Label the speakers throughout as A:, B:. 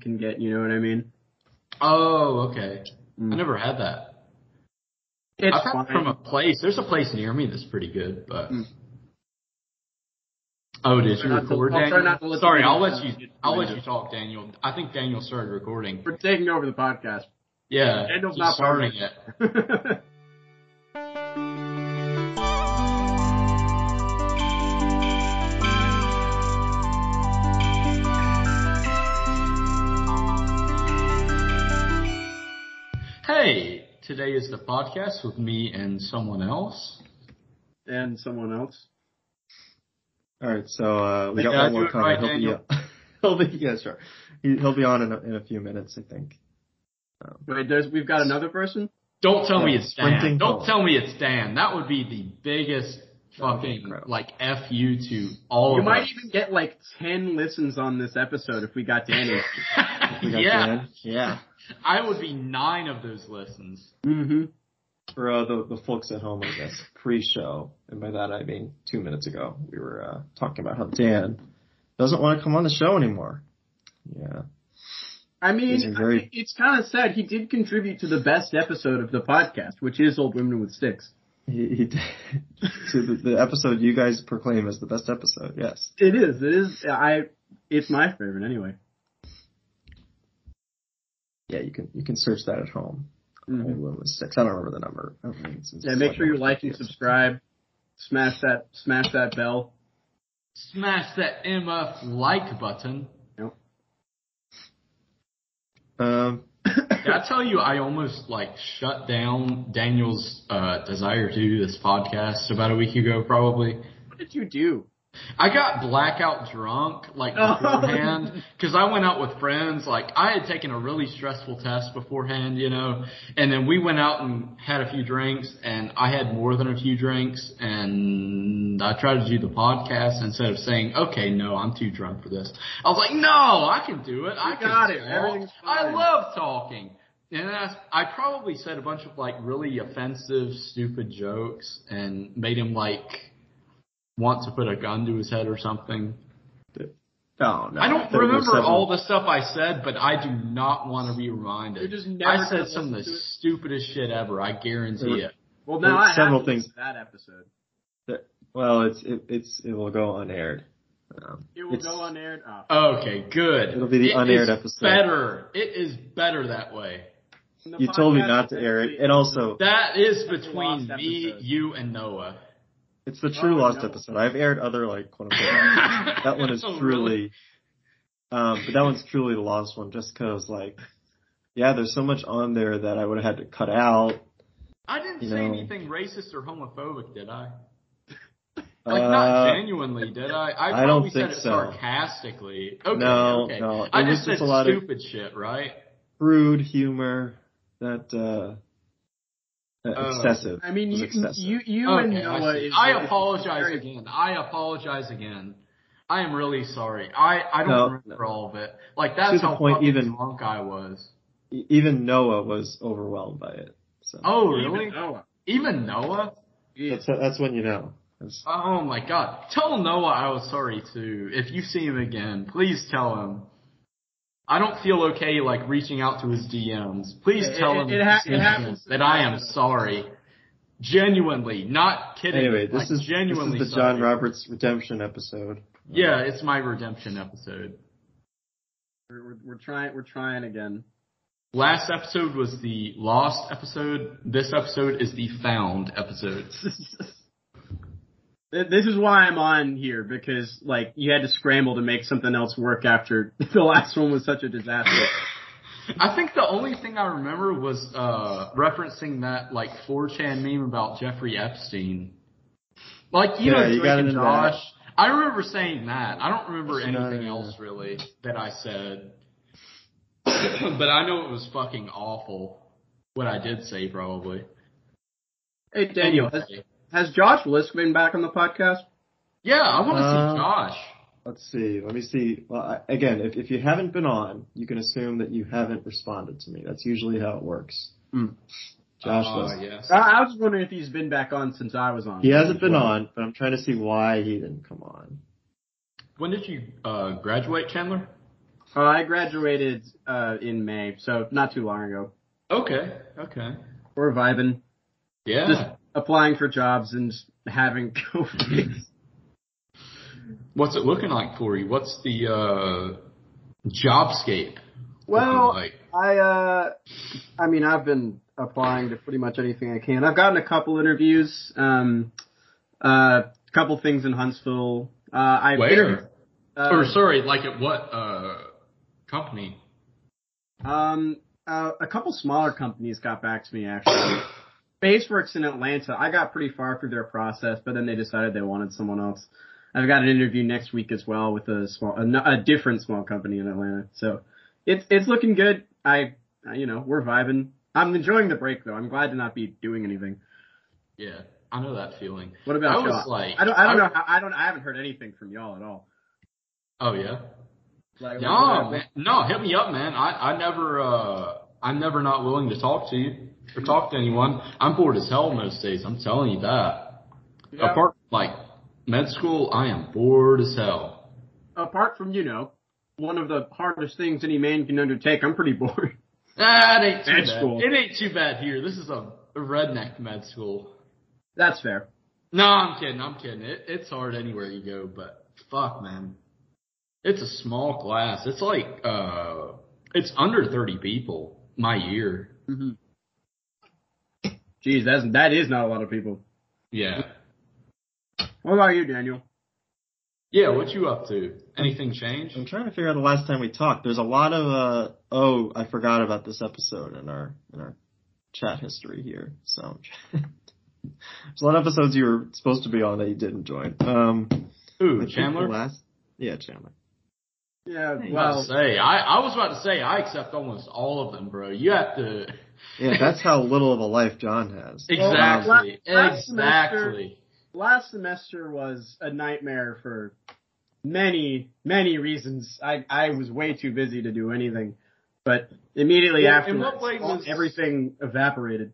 A: can get. You know what I mean?
B: Oh, okay. I
A: Mm.
B: never had that.
A: It's
B: I've had
A: fine.
B: it from a place. There's a place near me that's pretty good, but.
A: Mm.
B: Oh, did
A: Try
B: you
A: not to-
B: record,
A: I'll try
B: Daniel?
A: not to look
B: Sorry,
A: at
B: I'll
A: it.
B: let you. I'll let you talk, Daniel. I think Daniel started recording.
A: We're taking over the podcast.
B: Yeah,
A: Daniel's
B: he's
A: not part of
B: starting it. Hey, today is the podcast with me and someone else.
A: and someone else.
C: All right, so uh, we got
B: Yeah,
C: one
B: do
C: more
B: it right,
C: comment. he'll, be, he'll be yeah, sure. He, he'll be on in a, in a few minutes, I think.
A: Wait, there's we've got another person.
B: Don't tell
C: Yeah,
B: me it's Dan.
C: sprinting
B: Don't
C: forward.
B: tell me it's Dan. That would be the biggest
C: would be
B: fucking
C: incredible.
B: like f you to all
A: You
B: of
A: might
B: us.
A: even get like ten listens on this episode if we got Danny.
C: We got
B: yeah,
C: Dan. yeah.
B: I would be nine of those listens.
A: mm-hmm.
C: For uh, the the folks at home, I guess pre-show, and by that I mean two minutes ago, we were uh, talking about how Dan doesn't want to come on the show anymore. Yeah,
A: I
C: These are
A: mean,
C: very-
A: I- it's kind of sad. He did contribute to the best episode of the podcast, which is Old Women with Sticks.
C: he, he did. so the, the episode you guys proclaim as the best episode. Yes,
A: It is. It is. I. It's my favorite anyway.
C: yeah, you can you can search that at home.
B: Mm-hmm.
A: Mhm.
C: Old Woman with Sticks. I don't remember the number. I don't remember. It's- it's
A: Yeah, make
C: like
A: sure you
C: number
A: like and
C: 50 or something.
A: subscribe. Smash that. Smash that bell.
B: Smash that MF like button.
C: Um,
B: Did I tell you I almost like shut down Daniel's uh, desire to do this podcast about a week ago probably.
A: What did you do?
B: I got blackout drunk like
A: Oh.
B: beforehand because I went out with friends. Like I had taken a really stressful test beforehand, you know, and then we went out and had a few drinks, and I had more than a few drinks, and I tried to do the podcast instead of saying, "Okay, no, I'm too drunk for this." I was like, "No, I can do it. I
A: You got
B: can
A: it.
B: talk.
A: Everything's
B: I
A: fine."
B: love talking." And I, I probably said a bunch of like really offensive, stupid jokes and made him like want to put a gun to his head or something.
C: Oh no.
B: I don't
C: There were
B: remember
C: seven-
B: all the stuff I said, but I do not want to be
A: You're
B: reminded.
A: just never
B: I
A: gonna
B: said some of the
A: listen to it.
B: stupidest shit ever. I guarantee
C: There-
B: it.
A: Well,
C: There
A: now
C: were
A: I
C: several
A: have to listen
C: things.
A: to that episode.
C: Well, it's it, it's it will go unaired. Um,
A: It will
C: it's-
A: go unaired. Oh.
B: Okay, good.
C: It'll be the
B: It
C: unaired
B: is
C: episode.
B: Better. It is better that way.
A: The
C: You told me
A: podcast
C: not to
A: is
C: air it,
A: actually-
C: and also
B: That is
A: That's a
B: between
A: lost
B: me,
A: episode.
B: you, and Noah.
C: it's the true
A: Oh,
C: lost
A: no.
C: episode. I've aired other like quote unquote. that one is
B: Oh, really?
C: truly, um, but that one's truly the lost one, just because like, yeah, there's so much on there that I would have had to cut out.
B: I didn't
C: you
B: say
C: know.
B: anything racist or homophobic, did I? Like not
C: Uh,
B: genuinely, did I? I,
C: I don't
B: probably said
C: think
B: it
C: so.
B: sarcastically. Okay,
C: No,
B: okay.
C: no, it
B: I
C: was
B: just said
C: just a lot of-
B: stupid shit, right?
C: Rude humor, that uh, that
B: Oh.
C: excessive.
A: I mean,
C: was
A: you,
C: excessive.
A: you, you and
B: Okay, I,
A: Noah.
B: see.
A: Is,
B: I
A: is
B: apologize
A: very-
B: again. I apologize again. I am really sorry. I, I don't
C: No,
B: remember
C: no.
B: all of it. Like that's
C: the
B: how
C: point,
B: fucking
C: even-
B: drunk I was.
C: E- even Noah was overwhelmed by it. So
B: Oh
A: Even
B: really?
A: Noah.
B: Even Noah?
C: that's
A: Jeez.
C: that's when you know. That's-
B: Oh my god. Tell Noah I was sorry too. If you see him again, please tell him. I don't feel okay like reaching out to his DMs. Please
A: It-
B: tell
A: it-
B: him
A: it ha-
B: if you
A: it
B: see him
A: happens
B: again, that I am sorry. Genuinely, not kidding.
C: Anyway,
B: Like,
C: this is
B: genuinely
C: this is the
B: sorry.
C: John Roberts redemption episode.
B: Yeah, it's my redemption episode.
A: We're, we're, we're trying. We're trying again.
B: Last episode was the lost episode. This episode is the found episode.
A: Th- this is why I'm on here because like you had to scramble to make something else work after the last one was such a disaster.
B: I think the only thing I remember was uh, referencing that like 4chan meme about Jeffrey Epstein. Like you
C: Yeah,
B: know
C: you
B: Drake
C: got
B: and
C: into
B: Josh. I remember saying that. I don't remember
C: Yes, you got
B: anything
C: into
B: else really that I said. but I know it was fucking awful. What I did say probably.
A: hey Daniel, has,
B: Anyway.
A: has Josh Lisk been back on the podcast?
B: Yeah, I want to
C: Uh,
B: see Josh.
C: Let's see. Let me see. Well, I, again, if, if you haven't been on, you can assume that you haven't responded to me. That's usually how it works.
A: Mm.
C: Josh
B: Oh,
C: was.
B: yes.
A: I, I was wondering if he's been back on since I was on.
C: He hasn't been on, but I'm trying to see why he didn't come on.
B: When did you uh, graduate, Chandler?
A: Uh, I graduated uh, in May, so not too long ago.
B: Okay. Okay.
A: We're vibing,
B: Yeah.
A: just applying for jobs and just having COVID.
B: What's it looking like for you? What's the uh, jobscape?
A: well,
B: looking like?
A: I uh, I mean, I've been applying to pretty much anything I can. I've gotten a couple interviews, um, a couple things in Huntsville. Uh, I've interviewed-
B: where?
A: uh,
B: or sorry, like at what uh, company?
A: Um, uh, a couple smaller companies got back to me actually. Spaceworks in Atlanta, I got pretty far through their process, but then they decided they wanted someone else. I've got an interview next week as well with a small, a, n- a different small company in Atlanta. So it's it's looking good. I, I- you know, we're vibing. I'm enjoying the break though. I'm glad to not be doing anything.
B: Yeah, I know that feeling.
A: What about
B: I was
A: y'all?
B: like-
A: I don't, I don't
B: I-
A: know. How, I don't. I haven't heard anything from y'all at all.
B: Oh yeah.
A: Like,
B: No, man, no, hit me up, man. I, I never, uh, I'm never not willing to talk to you or talk to anyone. I'm bored as hell most days. I'm telling you that.
A: Yeah.
B: Apart from like med school, I am bored as hell.
A: apart from you know, one of the hardest things any man can undertake. I'm pretty bored.
B: Ah, it ain't too
A: Med
B: bad.
A: school.
B: It ain't too bad here. This is a redneck med school.
A: That's fair.
B: No, I'm kidding. I'm kidding. It, it's hard anywhere you go, but fuck, man. It's a small class. It's like, uh, it's under 30 people my year.
A: Jeez, that's that is not a lot of people.
B: Yeah.
A: What about you, Daniel?
B: Yeah, what you up to? Anything change?
C: I'm trying to figure out the last time we talked. There's a lot of uh oh, I forgot about this episode in our in our chat history here. So there's a lot of episodes you were supposed to be on that you didn't join. Um I
B: Ooh,
C: think the
B: Chandler?
C: Last, yeah, Chandler.
A: Yeah,
B: I was about
A: well,
B: to say, I, I was about to say, I accept almost all of them, bro. You have to.
C: Yeah, that's how little of a life John has.
B: Exactly.
A: la- last
B: exactly.
A: last semester was a nightmare for many, many reasons. I I was way too busy to do anything, but immediately
B: Yeah,
A: after
B: in what way was-
A: everything evaporated.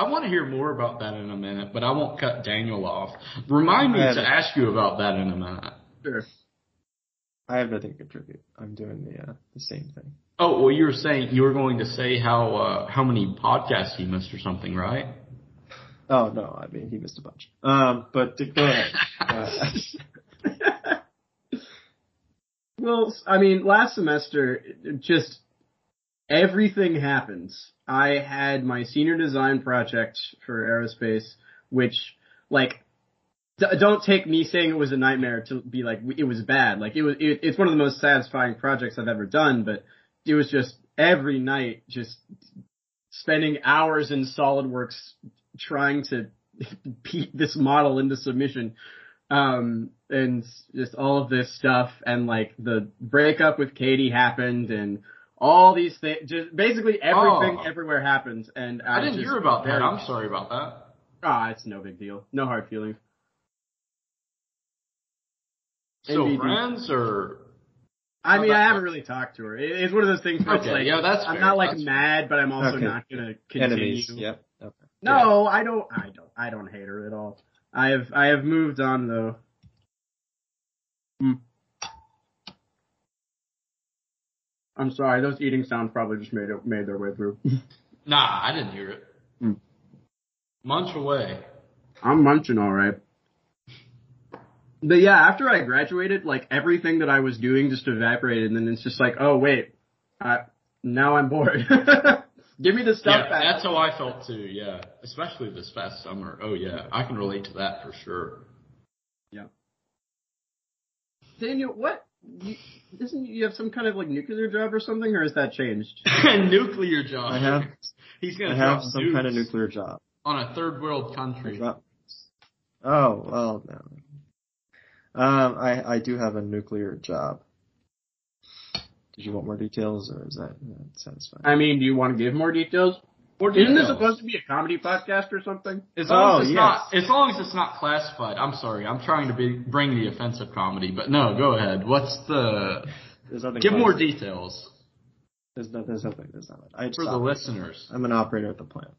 B: I want to hear more about that in a minute, but I won't cut Daniel off. Remind me
C: Yeah.
B: to ask you about that in a minute.
A: Sure.
C: I have nothing to contribute. I'm doing the uh, the same thing.
B: Oh, well, you were saying you were going to say how uh, how many podcasts you missed or something, right?
C: Oh no, I mean he missed a bunch. Um, but to- go ahead. Uh,
A: Well, s- I mean, last semester, it- it just everything happens. I had my senior design project for aerospace, which, like, d- don't take me saying it was a nightmare to be like w- it was bad. Like it was, it, it's one of the most satisfying projects I've ever done. But it was just every night, just spending hours in SolidWorks trying to beat this model into submission um and just all of this stuff and like the breakup with Katie happened and all these things just basically everything
B: Oh.
A: everywhere happens and
B: I
A: was
B: didn't
A: just
B: hear about that.
A: very-
B: I'm sorry about that.
A: ah it's no big deal no hard feelings
B: So
A: NBD.
B: friends or
A: I
B: How
A: mean
B: about
A: I haven't really talked to her It- it's one of those things where it's
B: Okay,
A: like
B: yeah, that's
A: I'm
B: fair,
A: not like
B: that's fair.
A: mad but I'm also
C: Okay.
A: not gonna continue
C: enemies. Yep. Okay.
A: no I don't I don't I don't hate her at all I have I have moved on though Hmm. I'm sorry those eating sounds probably just made it made their way through
B: nah? I didn't hear it.
A: Hmm.
B: Munch away.
A: I'm munching all right. But yeah, after I graduated, like everything that I was doing just evaporated, and then it's just like, oh wait, I, now I'm bored. Give me the stuff
B: yeah,
A: back.
B: that's how I felt too. Yeah, especially this past summer. Oh yeah, I can relate to that for sure.
A: Daniel, what? You, isn't you have some kind of like nuclear job or something, or has that changed?
B: nuclear job.
C: I have
B: He's gonna
C: I have
B: drop
C: some
B: nukes
C: kind of nuclear job.
B: on a third world
C: I
B: country.
C: drop- Oh well, no. Um, I I do have a nuclear job. Did you want more details, or is that uh, yeah, it sounds
B: Uh,
C: fine?
A: I mean, do you want to give more details?
B: Or
A: Isn't this
B: details.
A: supposed to be a comedy podcast or something?
B: As long
C: Oh,
B: as it's
C: yes.
B: not, as long as it's not classified. I'm sorry, I'm trying to be, bring the offensive comedy, but no, go ahead. What's the?
C: There's nothing.
B: Give more
C: details.
B: details
C: There's, no, there's nothing. There's nothing. I just
B: for the listeners.
C: I'm an operator at the plant.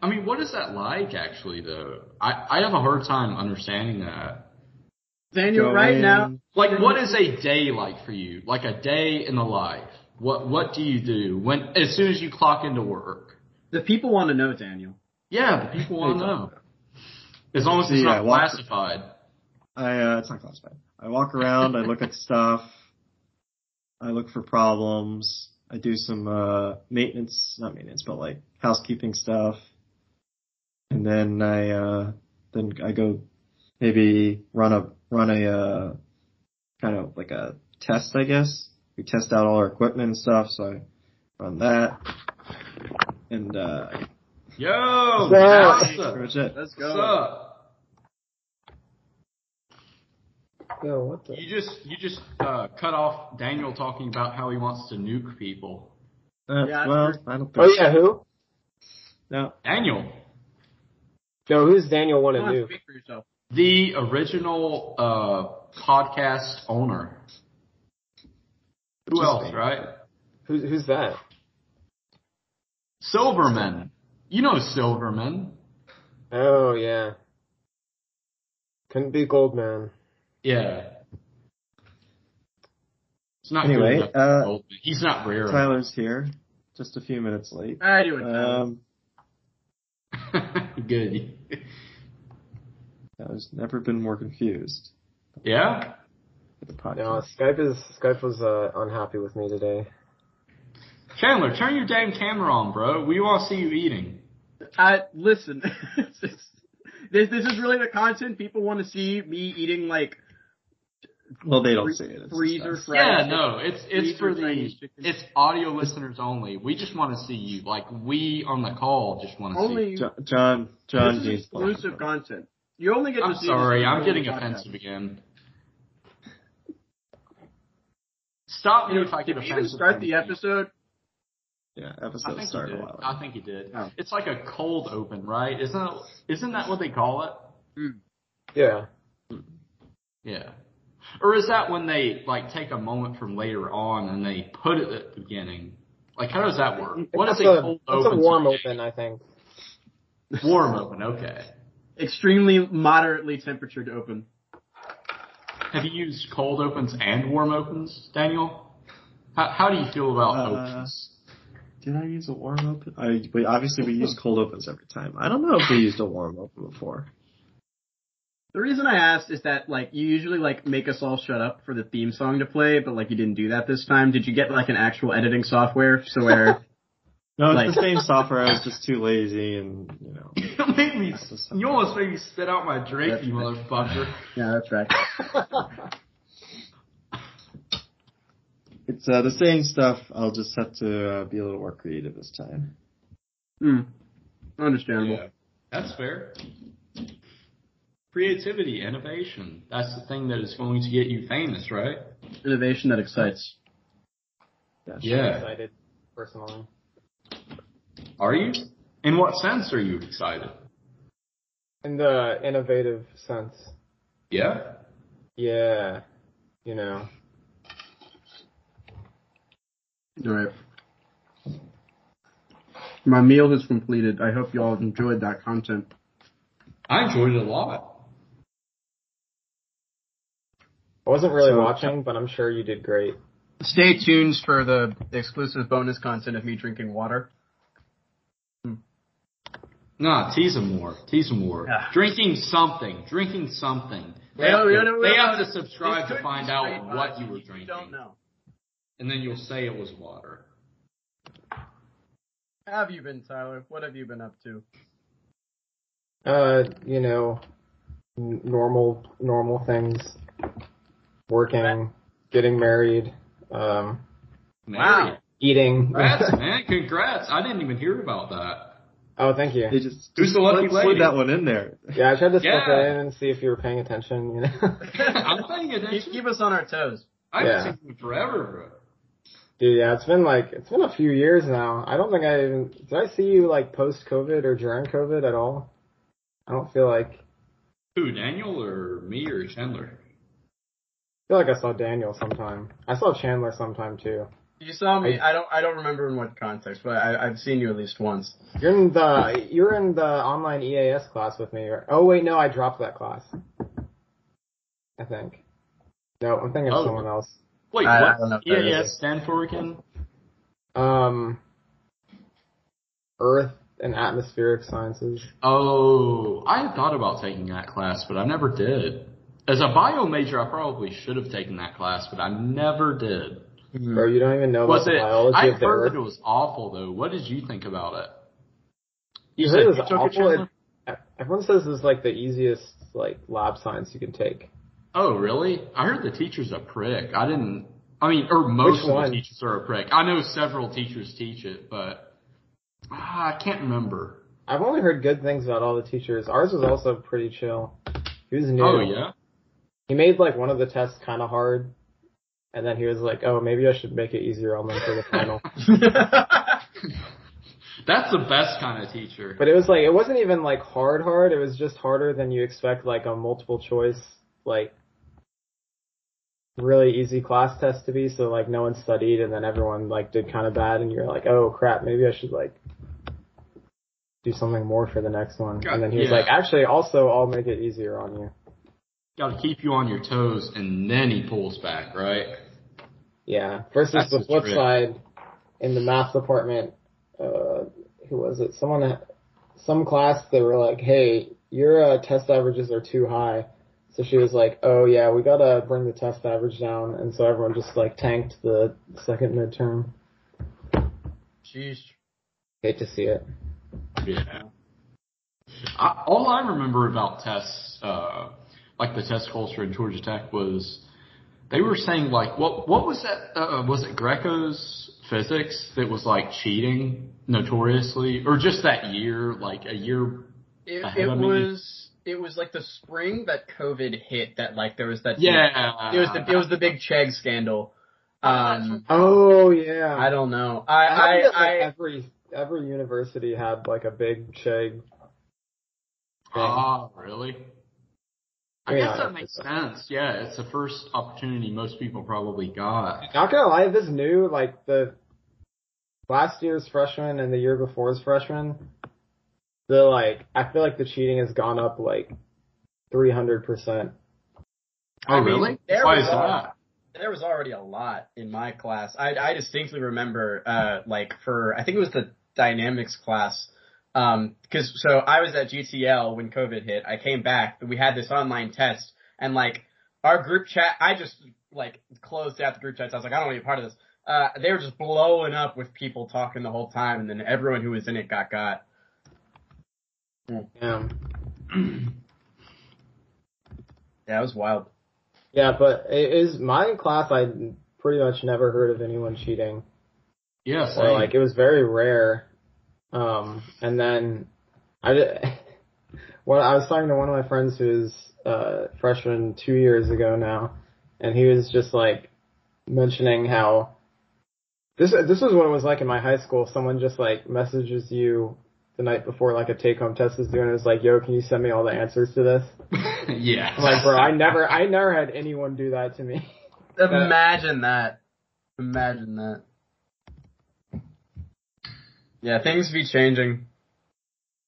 B: I mean, what is that like? Actually, though, I I have a hard time understanding that.
A: Daniel,
C: Go
A: right
C: in.
A: now,
B: Like, what is a day like for you? Like a day in the life. What What do you do when as soon as you clock into work?
A: the people want to know, Daniel.
B: Yeah, the people want
C: They
B: to
C: don't
B: know. As long as it's
C: See, I
B: not
C: walk-
B: classified.
C: I uh, it's not classified. I walk around, I look at stuff, I look for problems, I do some uh maintenance not maintenance, but like housekeeping stuff. And then I uh then I go maybe run a run a uh kind of like a test I guess. We test out all our equipment and stuff, so I run that. And uh
B: Yo,
D: What's
C: that's pretty
B: NASA,
C: much it.
A: Let's go.
B: what's up?
D: Yo, what the?
B: You just you just uh, cut off Daniel talking about how he wants to nuke people.
C: That's-
A: Yeah,
C: Uh, well,
A: that's-
C: I don't think
D: Oh yeah, who?
C: no.
B: Daniel,
D: No, who's Daniel want to
A: Come on,
D: nuke?
A: speak for yourself.
B: the original uh, podcast owner. Who else, right?
D: Who's who's that?
B: Silverman. You know Silverman.
D: Oh yeah. Couldn't be Goldman.
B: Yeah. It's not
C: Anyway,
B: good enough.
C: uh,
B: he's not rare.
C: Tyler's here. Just a few minutes late.
A: I do it. Tyler.
C: Um,
B: good.
C: I was never been more confused
B: Yeah.
C: with the podcast.
D: No, Skype is Skype was uh, unhappy with me today.
B: Chandler, turn your damn camera on, bro. We want to see you eating.
A: I listen. this, is- this this is really the content people want to see me eating like
C: well, they don't
A: free-
C: see it. It's
A: freezer
C: just us.
A: fried.
B: yeah,
A: chicken.
B: no, it's
A: These
B: it's
A: are
B: for the
A: Chinese chicken.
B: it's audio listeners only. We just want to see you. Like we on the call just want to see.
A: Only
C: Jo- John, John,
A: this is
C: James Bond.
A: exclusive content. You only get
B: You.
A: to
B: I'm
A: see.
B: sorry,
A: this
B: I'm
A: video
B: getting
A: podcast.
B: offensive again. Stop me if I get
A: Did we even
B: offensive.
A: start the
B: again.
A: episode?
C: Yeah,
B: I
C: episode
B: think he
C: started a
B: did.
C: while ago.
B: I think he did.
A: Oh.
B: It's like a cold open, right? Isn't that, isn't that what they call it?
D: Yeah.
B: Yeah. Or is that when they like take a moment from later on and they put it at the beginning? Like how does that work? What is
D: that's
B: a
D: a,
B: cold
D: that's
B: open?
D: a warm
B: today?
D: open, I think.
B: Warm open. Okay.
A: Extremely moderately temperatured open.
B: Have you used cold opens and warm opens, Daniel? How how do you feel about
C: Uh,
B: opens?
C: Did I use a warm open? I, we, obviously, we use cold opens every time. I don't know if we used a warm open before.
A: The reason I asked is that like you usually like make us all shut up for the theme song to play, but like you didn't do that this time. Did you get like an actual editing software so where
C: No, it's
A: Like-
C: the same software. I was just too lazy, and you know,
B: It made me.
C: That's
B: You almost made me spit out my drink,
A: That's
B: you
A: right.
B: motherfucker.
A: Yeah, that's right.
C: it's uh, the same stuff. I'll just have to uh, be a little more creative this time.
A: Hmm. Understandable.
B: That's fair. Creativity, innovation. That's the thing that is going to get you famous, right?
A: Innovation that excites.
C: That's
D: Excited, personally.
B: Are you? In what sense are you excited?
D: In the innovative sense.
B: Yeah.
D: Yeah. You know.
A: All right. My meal is completed. I hope you all enjoyed that content.
B: I enjoyed it a lot.
D: I wasn't really
C: So-
D: watching, but I'm sure you did great.
A: Stay tuned for the exclusive bonus content of me drinking water.
B: Nah, tease them more. Tease them more.
A: Yeah.
B: Drinking something. Drinking something. They,
A: No,
B: have,
A: no,
B: to,
A: no,
B: they
A: no,
B: have
A: no.
B: to subscribe to find out what you were drinking.
A: Don't know.
B: And then you'll say it was water.
A: Have you been, Tyler? What have you been up to?
D: Uh, you know, n- normal normal things. Working, getting married, um,
B: Mary.
D: eating.
B: Congrats, man. Congrats. I didn't even hear about that.
D: oh, thank you.
C: They just
B: Who's the lucky
C: slid- slid
B: lady?
C: that one in there.
D: Yeah, I tried to slip
B: Yeah.
D: it in and see if you were paying attention. You know,
B: I'm paying
A: Keep,
B: attention.
A: keep us on our toes.
B: I haven't
D: Yeah.
B: seen you in forever, bro.
D: dude. Yeah, it's been like it's been a few years now. I don't think I even did. I see you like post COVID or during COVID at all. I don't feel like I
B: Who, Daniel or me or Chandler?
D: feel like I saw Daniel sometime. I saw Chandler sometime too.
A: You saw me. I don't. I don't remember in what context, but I, I've seen you at least once.
D: You're in the E you're in the online EAS class with me. Right? Oh wait, no, I dropped that class. I think. No, I'm thinking
B: Oh.
D: of someone else.
B: Wait,
A: I- I
B: what?
A: don't know if
B: yeah,
A: that is
B: yeah,
A: it.
B: E stand for again.
D: Um, Earth and Atmospheric Sciences.
B: Oh, I had thought about taking that class, but I never did. As a bio major, I probably should have taken that class, but I never did.
A: Mm-hmm.
D: Bro, you don't even know
B: Hmm. Was
D: about the
B: it?
D: biology
B: I
D: of the
B: heard
D: Earth.
B: that it was awful, though. What did you think about it?
D: You
B: You
D: heard
B: said
D: it was
B: you took it,
D: awful.
B: Chandler?
D: It- everyone says it's like the easiest like lab science you can take.
B: Oh, really? I heard the teacher's a prick. I didn't. I mean, or most of the
D: one?
B: teachers are a prick. I know several teachers teach it, but ah, I can't remember.
D: I've only heard good things about all the teachers. Ours was also pretty chill. He was new.
B: Oh yeah.
D: He made like one of the tests kind of hard, and then he was like, "Oh, maybe I should make it easier on them for the final."
B: That's the best kind of teacher.
D: But it was like it wasn't even like hard hard. It was just harder than you expect like a multiple choice like really easy class test to be. So like no one studied and then everyone like did kind of bad and you're like, "Oh crap, maybe I should like do something more for the next one."
B: God,
D: and then he was
B: yeah.
D: like, "Actually, also I'll make it easier on you."
B: Got to keep you on your toes, and then he pulls back, right?
D: Yeah. Versus
B: That's
D: the
B: the
D: flip
B: trick.
D: side in the math department, uh, who was it? Someone, that- some class, they were like, hey, your uh, test averages are too high. So she was like, oh yeah, we gotta bring the test average down. And so everyone just like tanked the second midterm.
A: Jeez.
D: Hate to see it.
B: Yeah. I, all I remember about tests, uh, like the test culture in Georgia Tech was they were saying like, what, what was that? Uh, was it Greco's physics that was like cheating notoriously or just that year, like a year?
A: It,
B: I
A: it
B: mean-
A: was it was like the spring that COVID hit that like there was that
B: Yeah.
A: it was the it was the big Chegg scandal. Um,
D: Oh yeah.
A: I don't know. I
D: happened at,
A: I,
D: like,
A: I
D: every, every university had like a big chig.
B: Ah, really? I
D: Yeah.
B: guess that makes sense. Yeah, it's the first opportunity most people probably got.
D: Not gonna lie, this new like the last year's freshman and the year before's freshman, the like I feel like the cheating has gone up like three hundred percent.
B: Oh,
A: I mean,
B: really?
A: there
B: Why
A: was
B: is
A: a-
B: that?
A: there was already a lot in my class. I I distinctly remember uh like for I think it was the dynamics class. Um 'cause cause so I was at GTL when COVID hit. I came back. We had this online test and like our group chat, I just like closed out the group chats. I was like, I don't want to be a part of this. Uh, they were just blowing up with people talking the whole time and then everyone who was in it got got.
D: Yeah.
A: Yeah, it was wild.
D: Yeah, but it is my class I pretty much never heard of anyone cheating.
B: Yeah,
D: So
B: same.
D: like it was very rare. Um, and then I did, well, I was talking to one of my friends who's uh, freshman two years ago now, and he was just like mentioning how this this was what it was like in my high school. Someone just like messages you the night before like a take home test is due, and it's like, "Yo, can you send me all the answers to this?"
B: yeah.
D: I'm like, bro, I never I never had anyone do that to me.
A: Imagine that. Imagine that. Yeah, things be changing,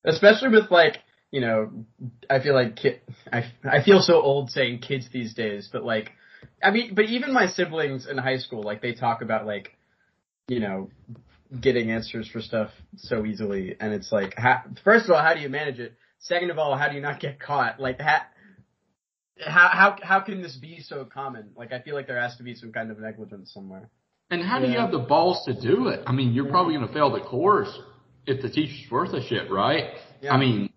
A: especially with like you know, I feel like ki- I I feel so old saying kids these days, but like, I mean, but even my siblings in high school, like they talk about like, you know, getting answers for stuff so easily, and it's like, ha- first of all, how do you manage it? Second of all, how do you not get caught? Like, ha- how how how can this be so common? Like I feel like there has to be some kind of negligence somewhere.
B: And how do you
D: Yeah.
B: have the balls to do it? I mean, you're probably going to fail the course if the teacher's worth a shit, right?
A: Yeah.
B: I mean,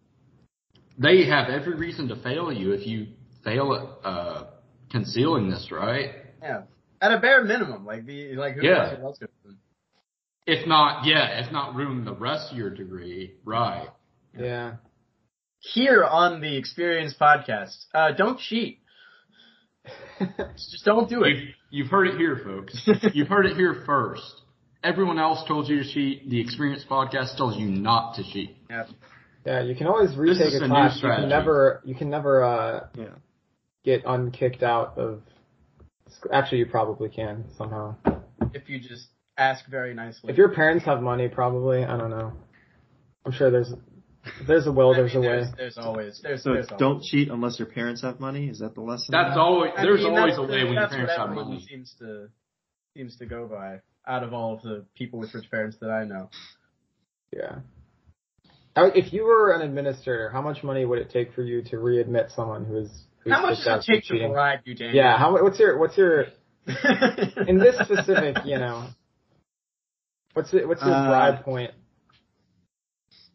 B: they have every reason to fail you if you fail at uh, concealing this, right?
A: Yeah. At a bare minimum, like the like who
B: Yeah.
A: knows what else could happen?
B: If not, yeah, if not ruin the rest of your degree, right?
D: Yeah.
A: Here on the Experience podcast, uh, don't cheat. Just don't do it.
B: You've, you've heard it here, folks. you've heard it here first. Everyone else told you to cheat. The Experience Podcast tells you not to cheat.
A: Yeah.
D: Yeah, you can always retake
B: is
D: a
B: a new
D: class. You
B: strategy.
D: can never, you can never uh,
C: Yeah.
D: get unkicked out of. sc- Actually, you probably can somehow.
A: If you just ask very nicely.
D: If your parents have money, probably I don't know. I'm sure there's If there's a will,
A: I mean,
D: there's a way.
A: There's, there's always there's,
C: So
A: there's
C: don't cheat unless your parents have money. Is that the lesson?
B: That's always
A: I
B: there's
A: mean,
B: always
A: that's
B: a
A: the-
B: way when your
A: that's
B: parents
A: what
B: have
A: everyone
B: money.
A: Seems to seems to go by out of all of the people with rich parents that I know.
D: Yeah. How- If you were an administrator, how much money would it take for you to readmit someone who is who's
A: How much
D: just out
A: does
D: for
A: it take to
D: cheating?
A: bribe you, Daniel?
D: Yeah. How mu- what's your what's your in
A: in
D: this specific you know what's it, what's your
C: Uh,
D: bribe point?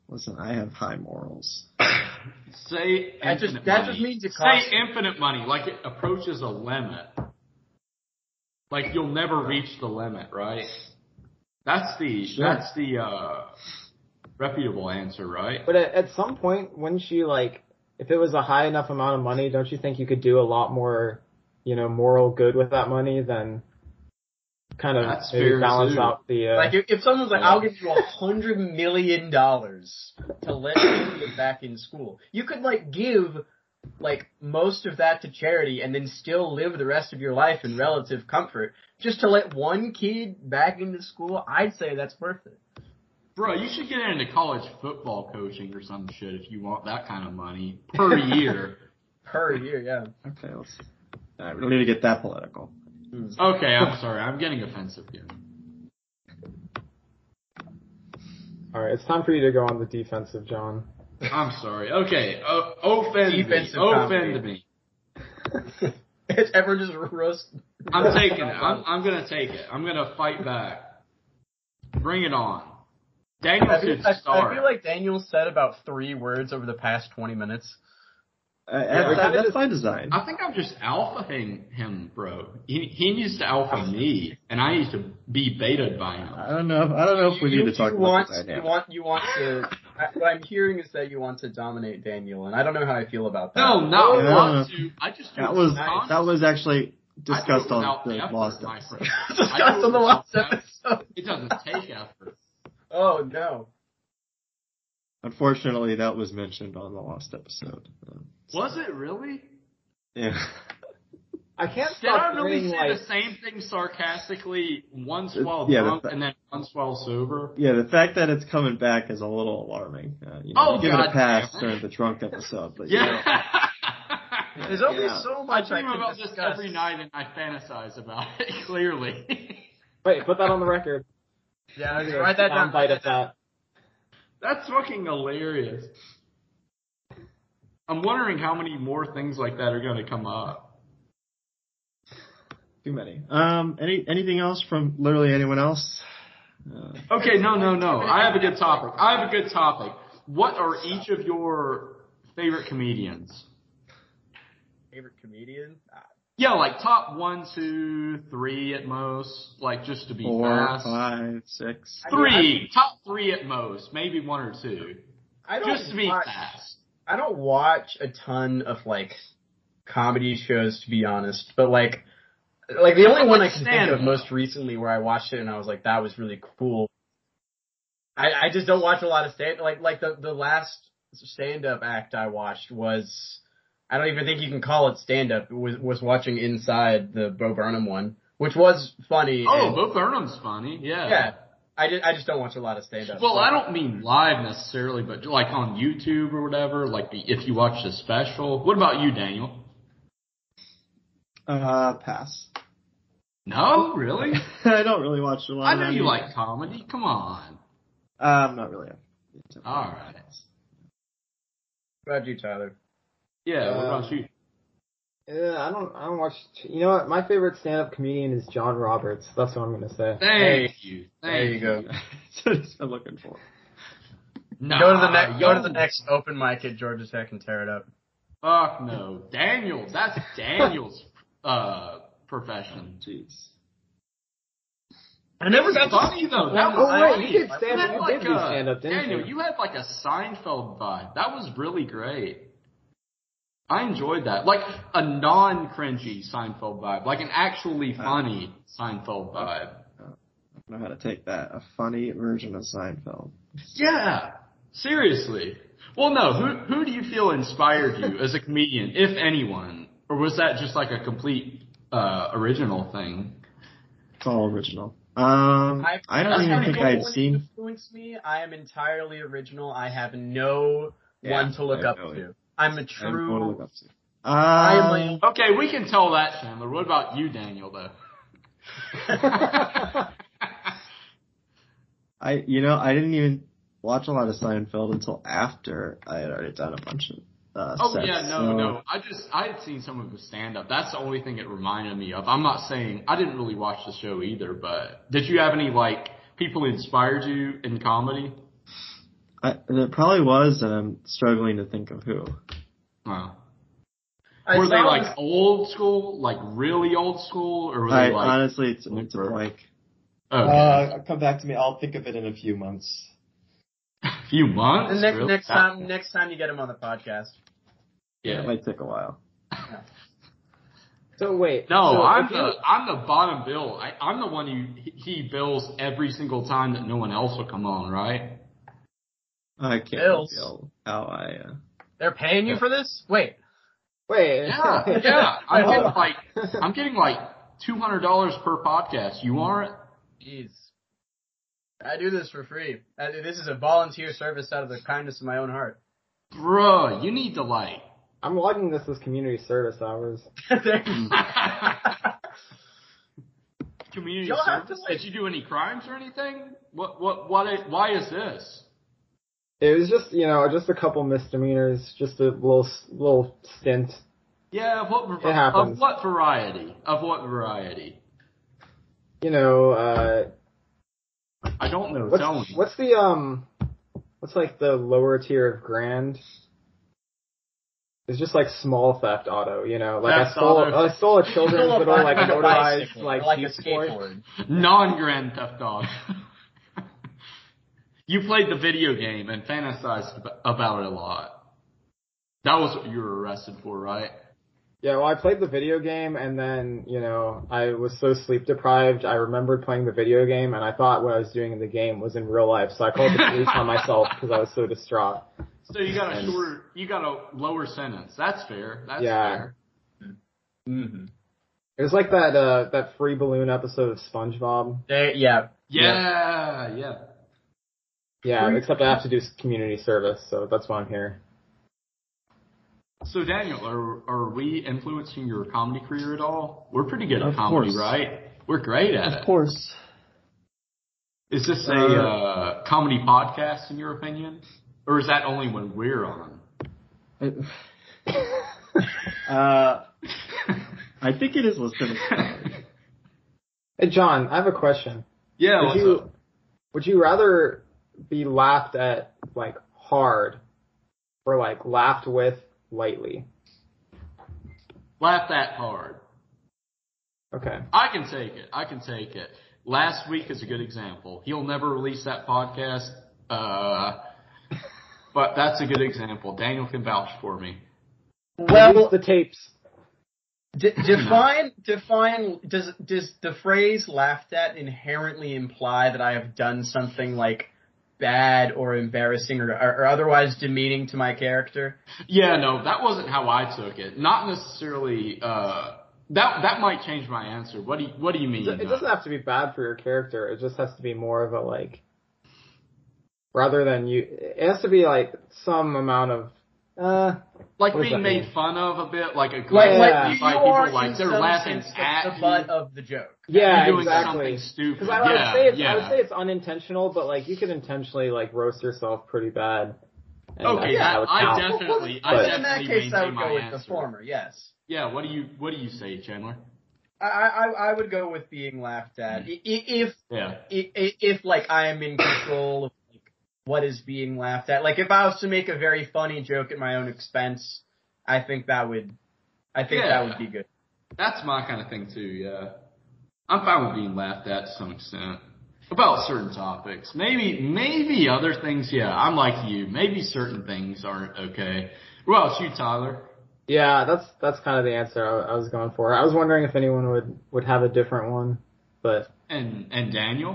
C: Listen, I have high morals.
B: Say
A: That just-
B: infinite
A: that
B: money.
A: just means it costs-
B: say infinite money, like it approaches a limit. Like you'll never reach the limit, right? That's the that's the uh, reputable answer, right?
D: But at, at some point, wouldn't you like if it was a high enough amount of money? Don't you think you could do a lot more you know moral good with that money than kind of
B: That's
D: maybe
B: fair,
D: balance
B: too.
D: out the uh,
A: Like if, if someone's like,
B: Yeah.
A: "I'll give you a hundred million dollars to let you get back in school," you could like give like most of that to charity and then still live the rest of your life in relative comfort. Just to let one kid back into school, I'd say that's worth it.
B: Bro, you should get into college football coaching or some shit if you want that kind of money per year.
A: Per
B: Hmm.
A: year, yeah.
C: Okay, let's. I don't need to get that political.
B: Okay, I'm sorry, I'm getting offensive here.
D: all right? It's time for you to go on the defensive, John.
B: I'm sorry. Okay, uh, offend
A: Defensive
B: me.
A: comedy.
B: Offend me.
A: It's ever just roast.
B: I'm taking it. I'm, I'm gonna take it. I'm gonna fight back. Bring it on. Daniel
A: I feel,
B: should
A: I- I
B: start.
A: feel like Daniel said about three words over the past twenty minutes.
C: Uh,
B: Yeah,
C: that-
B: I
C: that's by design.
B: I think I'm just alphaing him, bro. He, he needs to alpha me, and I need to be betaed by
C: I
B: him.
C: don't know. If, I don't know if we
A: you,
C: need to talk
A: you
C: about
A: want,
C: the
A: you
C: dynamic.
A: want you want to. I, what I'm hearing is that you want to dominate Daniel, and I don't know how I feel about that.
B: No, not
C: Yeah.
B: want to. I just do
C: that
B: it
C: was
B: spontaneously.
C: that was actually
B: I
C: discussed
B: do it
C: on
B: without
C: the
B: effort,
C: lost
B: my
C: episode.
B: friend.
A: discussed on the last episode.
B: It doesn't take effort.
A: Oh no.
C: Unfortunately, that was mentioned on the lost episode. Uh,
B: Was it really?
C: Yeah.
D: I can't
B: Did
D: stop
B: I really
D: hearing,
B: say
D: like,
B: the same thing sarcastically once
C: It-
B: while
C: yeah,
B: drunk
C: that's-
B: and then once while sober?
C: Yeah, the fact that it's coming back is a little alarming. Uh, you know,
B: Oh,
C: we give it
B: God
C: a pass
B: damn it.
C: during the drunk episode, but you know,
B: Yeah.
A: There's only
C: Yeah.
A: so
B: I
A: much I,
B: dream
A: can
B: about this
A: discuss.
B: every night and I fantasize about it, clearly.
D: wait, put that on the record.
A: Yeah, okay, write that down.
D: Soundbite of that.
B: That's fucking hilarious. I'm wondering how many more things like that are going to come up.
C: too many. Um, any anything else from literally anyone else? Uh,
B: Okay, no, no, no. I have a good topic. I have a good topic. What are each of your favorite comedians?
A: Favorite comedian? Ah,
B: Yeah, like top one, two, three at most. Like just to be
C: four,
B: fast.
C: five, six.
B: Three, top three at most, maybe one or two.
A: I don't
B: Just to be
A: watch,
B: fast.
A: I don't watch a ton of like comedy shows to be honest, but like like the only one I can think of
B: Stand-up.
A: most recently where I watched it and I was like that was really cool. I I just don't watch a lot of stand like like the the last stand up act I watched was I don't even think you can call it stand up. Was was watching Inside the Bo Burnham one, which was funny.
B: Oh,
A: and-
B: Bo Burnham's funny. Yeah.
A: yeah. I just I just don't watch a lot of stand up.
B: Well, I don't mean live necessarily, but like on YouTube or whatever. Like the, if you watch the special. What about you, Daniel?
C: Uh, pass.
A: Oh,
B: No, really?
C: I don't really watch a lot.
B: I
C: of
B: know
C: that
B: you
C: either.
B: like comedy. Come on.
C: Um, not really.
B: All right.
A: What about you, Tyler?
B: Yeah. What about
D: Uh,
B: you?
D: Yeah, I don't. I don't watch. You know what? My favorite stand-up comedian is John Roberts. That's what I'm gonna say.
B: Thank you. Thank
A: There you go.
C: That's what he's been looking for.
B: Nah,
A: go to the
C: Ah,
A: next. Go to the
B: yo,
A: next open mic at Georgia Tech and tear it up.
B: Fuck no, Daniel. That's Daniel's uh profession.
C: Jeez.
A: I never
B: That's funny though. That
D: Oh,
B: was
D: wait,
B: funny.
D: you did stand-
B: had
D: you
B: like
D: did do
B: a-
D: stand-up, didn't
B: Daniel,
D: you?
B: you had like a Seinfeld vibe. That was really great. I enjoyed that. Like a non-cringy Seinfeld vibe, like an actually
D: Uh-huh.
B: funny Seinfeld vibe.
C: I don't know how to take that. A funny version of Seinfeld.
B: Yeah. Seriously. Well, no. Who who do you feel inspired you as a comedian, if anyone, or was that just like a complete uh, original thing?
C: It's all original. Um, I don't even think I'd seen.
A: reference me. I am entirely original. I have no
C: Yeah,
A: one to look
C: I
A: up
C: know
A: to. I'm a
C: I don't wanna look
A: true.
C: up to. Um,
B: Okay, we can tell that, Chandler. What about you, Daniel, though?
C: I you know I didn't even watch a lot of Seinfeld until after I had already done a bunch of. Uh,
B: oh
C: sets,
B: yeah, no,
C: so-
B: no. I just I had seen some of his stand up. That's the only thing it reminded me of. I'm not saying I didn't really watch the show either, but did you have any like people who inspired you in comedy?
C: I, there probably was, and I'm struggling to think of who.
B: Wow.
A: I
B: were they
A: saw-
B: like old school, like really old school, or were they
C: I
B: like?
C: honestly, it's, it's a blank.
B: oh, okay.
E: Uh, come back to me. I'll think of it in a few months.
B: a few months.
A: the next
B: Really?
A: next
B: That-
A: time next time you get him on the podcast.
B: Yeah.
C: It might take a while.
D: So wait.
B: No,
D: so
B: I'm
D: if
B: the I'm the bottom bill. I, I'm the one who he- he bills every single time that no one else will come on, right?
C: I can't
A: Bills.
C: reveal how I. Uh,
A: They're paying you for this? Wait.
D: Wait.
B: Yeah, yeah. I'm getting like I'm getting like two hundred dollars per podcast. You aren't?
A: Jeez. I do this for free. I, this is a volunteer service out of the kindness of my own heart.
B: Bruh, you need to like
D: I'm logging this as community service hours.
A: There-
B: community
A: Y'all have to,
B: service.
A: like-
B: Did you do any crimes or anything? What what what? i- Why is this?
D: It was just you know just a couple misdemeanors, just a little little stint.
B: Yeah, of what
D: It
B: var-
D: happens.
B: of what variety? Of what variety?
D: You know, uh,
B: I don't know. Tell
D: what's
B: me.
D: what's the um, what's like the lower tier of grand? It's just like small theft auto, you know. Like I
B: Theft
D: stole,
B: auto.
D: I stole a children's
A: Still a
D: little like
A: bicycle,
D: motorized
A: bicycle,
D: like,
A: a
D: Jeep Sport.
A: skateboard.
B: Non Grand Theft Auto. you played the video game and fantasized ab- about it a lot. That was what you were arrested for, right?
D: Yeah, well, I played the video game, and then you know I was so sleep deprived. I remembered playing the video game, and I thought what I was doing in the game was in real life. So I called the police on myself because I was so distraught.
B: So you got a shorter, you got a lower sentence. That's fair. That's
D: Yeah.
B: fair. Mm-hmm.
A: Mhm.
D: It was like that uh that free balloon episode of SpongeBob.
A: There- yeah.
B: Yeah, yeah.
D: Yeah, except I have to do s- community service, so that's why I'm here.
B: So Daniel, are are we influencing your comedy career at all? We're pretty good at
C: Of
B: comedy,
C: course.
B: right? We're great at it.
C: of course.
B: Is this a
C: Uh,
B: uh, comedy podcast in your opinion, or is that only when we're on?
C: uh, I think it is listed. as comedy.
D: Hey John, I have a question.
B: yeah.
D: Would
B: what's
D: you
B: up?
D: would you rather be laughed at like hard or like laughed with lightly?
B: Laugh that hard.
D: Okay.
B: I can take it. I can take it. Last week is a good example. He'll never release that podcast, uh, but that's a good example. Daniel can vouch for me.
D: Release
A: Well,
D: the tapes.
A: d- define define does does the phrase laughed at inherently imply that I have done something like bad or embarrassing or, or, or otherwise demeaning to my character?
B: Yeah, no, that wasn't how I took it. Not necessarily. Uh, that that might change my answer. What do you, What do you mean? uh,
D: It it doesn't have to be bad for your character. It just has to be more of a like rather than you it has to be like some amount of uh
B: like
D: what does
B: being
D: that
B: made
D: mean?
B: fun of a bit, like a
A: Like
D: Yeah.
A: like you,
B: like
A: you
B: people
A: are in
B: like they're
A: some
B: laughing
A: sense,
B: at
A: the
B: you.
A: butt of the joke.
D: yeah,
B: you're doing
D: exactly.
B: something stupid.
D: Because I, I
B: yeah,
D: would say it's,
B: yeah.
D: I would say it's unintentional, but like you could intentionally like roast yourself pretty bad. And
B: Okay,
D: that's
B: that-
D: how it
B: I
D: counts.
B: def- Definitely, I
A: Well, in that
B: definitely
A: case, I would
B: maintain
A: go
B: my
A: with the
B: answer.
A: former. Yes.
B: yeah. What do you What do you say, Chandler?
A: I, I I would go with being laughed at
B: Mm-hmm.
A: I- i- if
B: Yeah.
A: i- i- if like I am in control of like what is being laughed at. Like if I was to make a very funny joke at my own expense, I think that would I think
B: Yeah.
A: that would be good.
B: That's my kind of thing too. Yeah, I'm fine with being laughed at to some extent about certain topics. Maybe maybe other things. Yeah, I'm like you. Maybe certain things aren't okay. Well, it's you, Tyler.
D: yeah, that's that's kind of the answer I, I was going for. I was wondering if anyone would would have a different one, but
B: And and Daniel.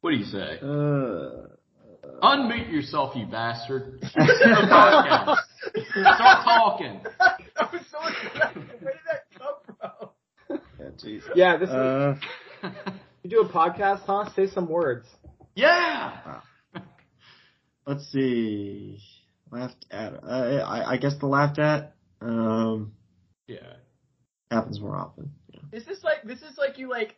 B: What do you say?
C: Uh,
B: Unmute yourself, you bastard. Start talking.
A: that was so aggressive. Where did that come from?
C: yeah, geez.
D: yeah, this
C: Uh,
B: Start talking.
D: You do a podcast, huh? Say some words.
B: Yeah.
C: Let's see. Laughed at. I, I, I guess the laughed at um,
B: Yeah.
C: happens more often. Yeah.
A: Is this like this is like you like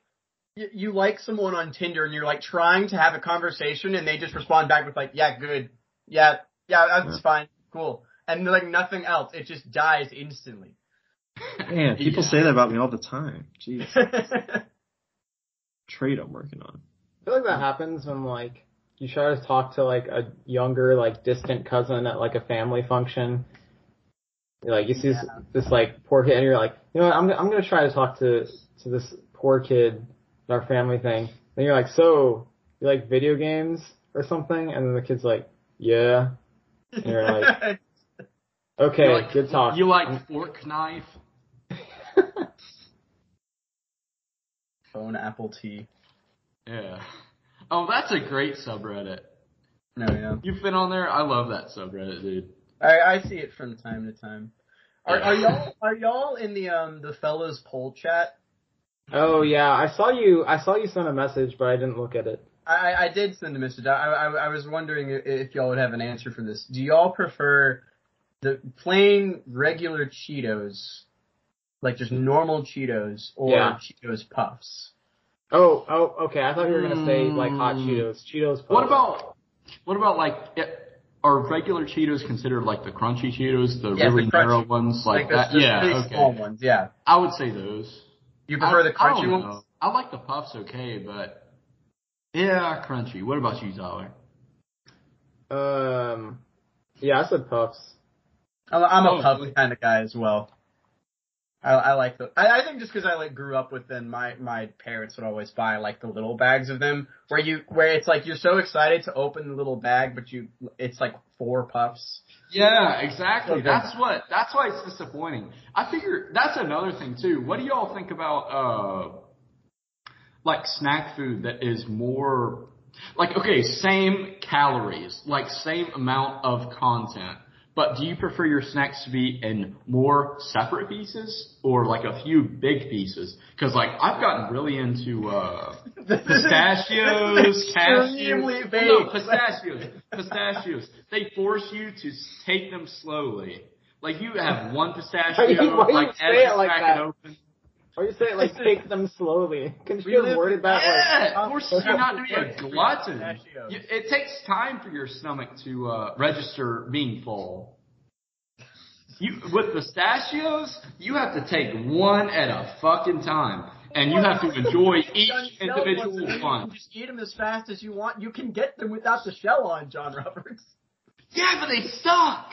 A: you, you like someone on Tinder and you're like trying to have a conversation and they just respond back with like yeah good yeah yeah that's
C: Yeah.
A: fine cool and like nothing else it just dies instantly.
C: Man, people
B: Yeah.
C: say that about me all the time. Jeez, trait I'm working on.
D: I feel like that happens when like you try to talk to like a younger, like distant cousin at like a family function. You're like you see this, this like poor kid, and you're like, you know what? I'm I'm gonna try to talk to to this poor kid at our family thing. Then you're like, so you like video games or something? And then the kid's like, yeah, You're like- okay,
B: You like-
D: good talk.
B: You like fork knife?
A: phone apple tea.
B: Yeah. Oh, that's a great subreddit.
A: No yeah.
B: You've been on there. I love that subreddit, dude.
A: I I see it from time to time. Are, are y'all are y'all in the um the fellows poll chat?
D: oh yeah, I saw you. I saw you send a message, but I didn't look at it.
A: I, I did send a message. I, I I was wondering i- if y'all would have an answer for this. Do y'all prefer the plain regular Cheetos, like just normal Cheetos, or
D: Yeah.
A: Cheetos Puffs?
D: Oh, oh, okay. I thought you were gonna say like hot
B: Mm.
D: Cheetos, Cheetos.
B: What
D: Puffs.
B: about what about like it, are regular Cheetos considered like the crunchy Cheetos, the
A: Yeah, the
B: really narrow
A: crunchy.
B: ones like,
A: those-
B: that?
A: those
B: yeah,
A: big
B: okay.
A: small ones. Yeah,
B: I would say those.
A: you prefer the
B: I, I
A: crunchy
B: don't know.
A: ones?
B: I like the puffs okay, but yeah, crunchy. What about you, Tyler?
D: Um, yeah, I said puffs.
A: I'm, I'm
B: Oh,
A: a Puff
B: really?
A: kind of guy as well. I, I like the. I, I think just because I like grew up with them, my my parents would always buy like the little bags of them, where you where it's like you're so excited to open the little bag, but you it's like four puffs.
B: Yeah, exactly.
A: Okay.
B: That's what. That's why it's disappointing. I figure that's another thing too. What do y'all think about uh, like snack food that is more like okay, same calories, like same amount of content, but do you prefer your snacks to be in more separate pieces or like a few big pieces? Because like I've gotten really into. Uh,
A: This
B: pistachios,
A: is extremely
B: cashews. Well, No,
A: vague.
B: pistachios, pistachios. They force you to take them slowly. Like you have one
D: Why you-
B: pistachio,
D: why you
B: like
D: say
B: as
D: it
B: you
D: like
B: crack
D: that?
B: it open.
D: Or you say it like take them slowly. Can
A: We
D: you
A: live-
D: word it that way?
B: Yeah, it forces you not to be a
A: Pistachios.
B: glutton. You- It takes time for your stomach to uh, register being full. You with pistachios, you have to take one at a fucking time, and you have to enjoy each individual one.
A: Just eat them as fast as you want. You can get them without the shell on, John Roberts.
B: Yeah, but they suck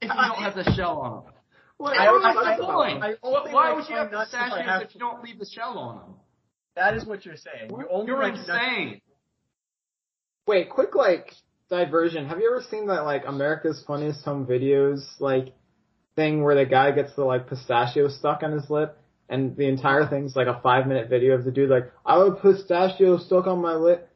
B: if you don't have the shell on them.
D: What
A: I-
D: what
A: I-
D: am I
A: I-
D: talking
A: I-
D: about?
A: I-
B: Why,
A: only
B: why
A: like
B: would you
A: my
B: have
A: nuts if I
B: pistachios
A: have
B: if you don't leave the shell on them?
A: That is what you're saying. You only
B: You're
A: like nuts-
B: insane.
D: Wait, quick like diversion. Have you ever seen that like America's Funniest Home Videos like thing where the guy gets the like pistachio stuck on his lip? And the entire thing's like a five minute video of the dude like, I have a pistachio stuck on my lip.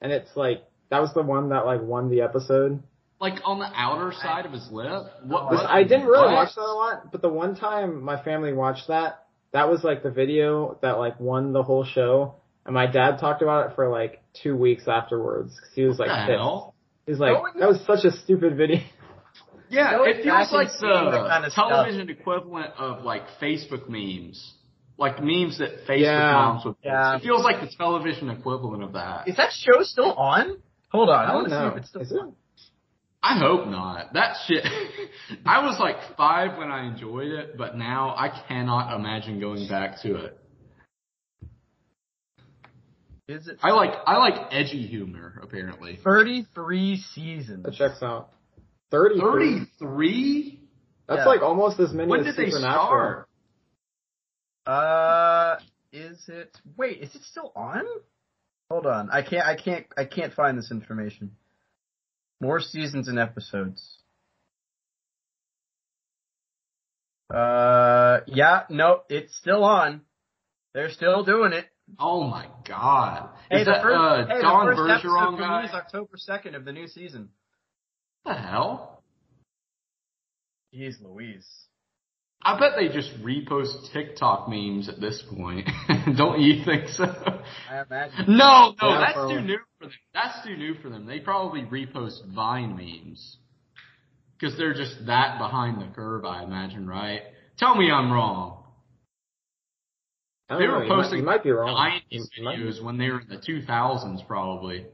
D: And it's like, that was the one that like won the episode.
B: Like on the outer side of his lip. What?
A: This-
B: what-
D: I didn't really
B: what?
D: watch that a lot, but the one time my family watched that, that was like the video that like won the whole show. And my dad talked about it for like two weeks afterwards 'cause he was
B: What
D: like,
B: the
D: pissed.
B: hell?
D: he's like,
A: Going-
D: that was such a stupid video.
B: Yeah,
A: Going
B: it feels
A: back and
B: like
A: seeing that kind
B: the
A: of stuff.
B: television equivalent of like Facebook memes, like memes that Facebook
D: Yeah.
B: moms would. post.
A: Yeah.
B: It feels like the television equivalent of that.
A: Is that show still on? Hold on, I,
D: I
A: want to
D: don't
A: see
D: know.
A: if it's still.
D: Is it?
B: I hope not. That shit. I was like five when I enjoyed it, but now I cannot imagine going back to it.
A: Is it?
B: I like I like edgy humor apparently.
A: 33 seasons.
D: That checks out. 30.
B: Thirty three.
D: That's
A: Yeah.
D: like almost as many
B: When
D: as
B: did they
D: Supernatural.
B: start?
A: Uh, is it? Wait, is it still on? Hold on, I can't, I can't, I can't find this information. More seasons and episodes. Uh, yeah, no, it's still on. They're still doing it.
B: Oh my god!
A: Hey,
B: Is
A: the
B: that
A: first,
B: uh,
A: hey,
B: Don
A: the first
B: Bergeron
A: episode for me
B: guy?
A: is October second of the new season.
B: What the hell?
A: Jeez Louise.
B: I bet they just repost TikTok memes at this point. Don't you think so?
F: I imagine.
B: No, no,
F: Yeah,
B: that's
F: probably.
B: too new for them. That's too new for them. They probably repost Vine memes because they're just that behind the curve. I imagine, right? Tell me I'm wrong.
D: I
B: They
D: don't know,
B: were
D: you might-
B: posting
D: You might be wrong.
B: Nineties
D: You might-
B: videos when they were in the 2000s, probably.